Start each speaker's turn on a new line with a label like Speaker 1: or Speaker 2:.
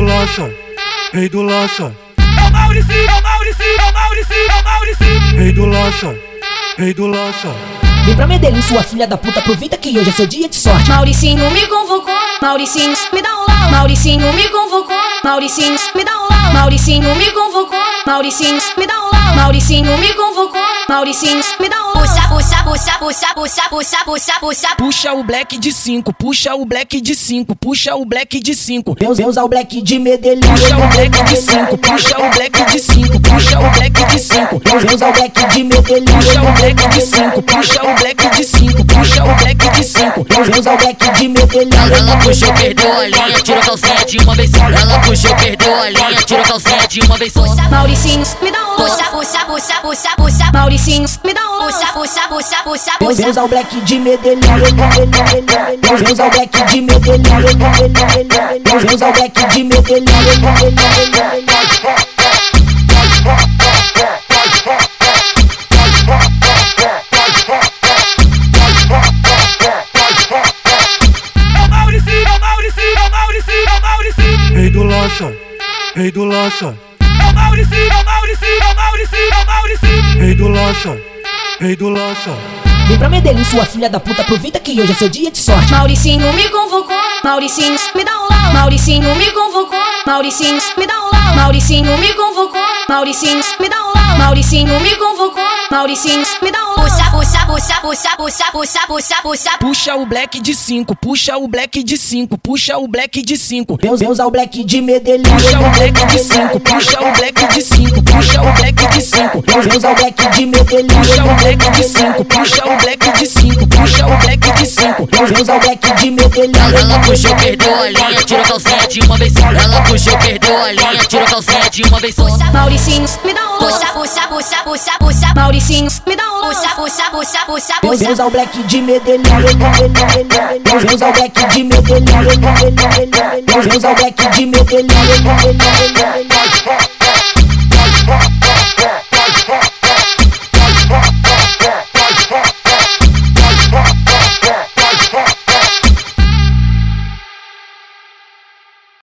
Speaker 1: lança, rei do lança,
Speaker 2: É o Maurício, é o Maurício, é o Maurício, é o Maurício.
Speaker 1: rei do lança, rei do lança.
Speaker 3: Vem pra Medellín, sua filha da puta, aproveita que hoje é seu dia de sorte.
Speaker 4: Mauricinho me convocou, Mauricinho me dá um lau, Mauricinho me convocou, Mauricinho me dá um lau, Mauricinho me convocou, Mauricinho me dá um lau, Mauricinho me convocou, Mauricinho me dá um lau.
Speaker 5: puxa, puxa, puxa, puxa, puxa, puxa, puxa, puxa.
Speaker 6: Puxa o black de 5, puxa o black de 5, puxa o black de 5.
Speaker 3: Vem usar- usar o black de Medellín.
Speaker 6: Puxa o black de 5, puxa o black de 5, puxa o black de 5.
Speaker 3: Vem usar o black de Medellín.
Speaker 6: Puxa o black de 5, puxa o black de 5, puxa o black de 5.
Speaker 3: Vem usar o black de Medellín.
Speaker 7: Ela puxou, perdeu a linha, tirou calcinha de uma vez só. Ela puxou, perdeu a linha, tirou calcinha de uma vez só.
Speaker 4: Mauricinho me dá um lau,
Speaker 5: Puxa, puxa, puxa, puxa, puxa.
Speaker 4: Mauricinho me dá um lau.
Speaker 5: Puxa, puxa, puxa, puxa,
Speaker 3: Vem
Speaker 5: puxa.
Speaker 3: usar o black de Medellín. Vem usar o black de Medellín. Vem usar o black de Medellín.
Speaker 2: É o Maurício, é o Maurício, é o Maurício, é o Maurício.
Speaker 1: Rei do lança, rei do lança,
Speaker 2: É o Maurício, é o Maurício, é o Maurício, é o Maurício.
Speaker 1: rei do lança, rei do lança.
Speaker 3: Vem pra Medellín, sua filha da puta, aproveita que hoje é seu dia de sorte.
Speaker 4: Mauricinho me convocou, Mauricinho me dá um lau, Mauricinho me convocou, Mauricinho me dá um lau, Mauricinho me convocou, Mauricinho me dá um lau, Mauricinho me convocou, Mauricinho me dá um lau.
Speaker 5: Puxa, puxa, puxa, puxa, puxa, puxa, puxa, puxa.
Speaker 6: Puxa o black de 5, puxa o black de 5, puxa o black de 5.
Speaker 3: Vem usar- vem usar o black de Medellín.
Speaker 6: Puxa o black de 5, puxa o black de 5, puxa o black de 5.
Speaker 3: Vem usar o black de Medellín.
Speaker 6: Puxa o black de 5, puxa o black de 5, puxa o black de 5.
Speaker 3: Vem usar o black de Medellín.
Speaker 7: Ela puxou, perdeu a linha, tirou calcinha de uma vez só. Ela puxou, perdeu a linha, tirou calcinha de uma vez só.
Speaker 4: Mauricinho me dá um lau,
Speaker 5: Puxa, puxa, puxa, puxa, puxa.
Speaker 4: Mauricinho me dá um lau.
Speaker 5: Puxa, puxa, puxa, puxa,
Speaker 3: Vem
Speaker 5: puxa.
Speaker 3: usar o black de Medellín. Vem usar o black de Medellín. Vem usar o black de Medellín.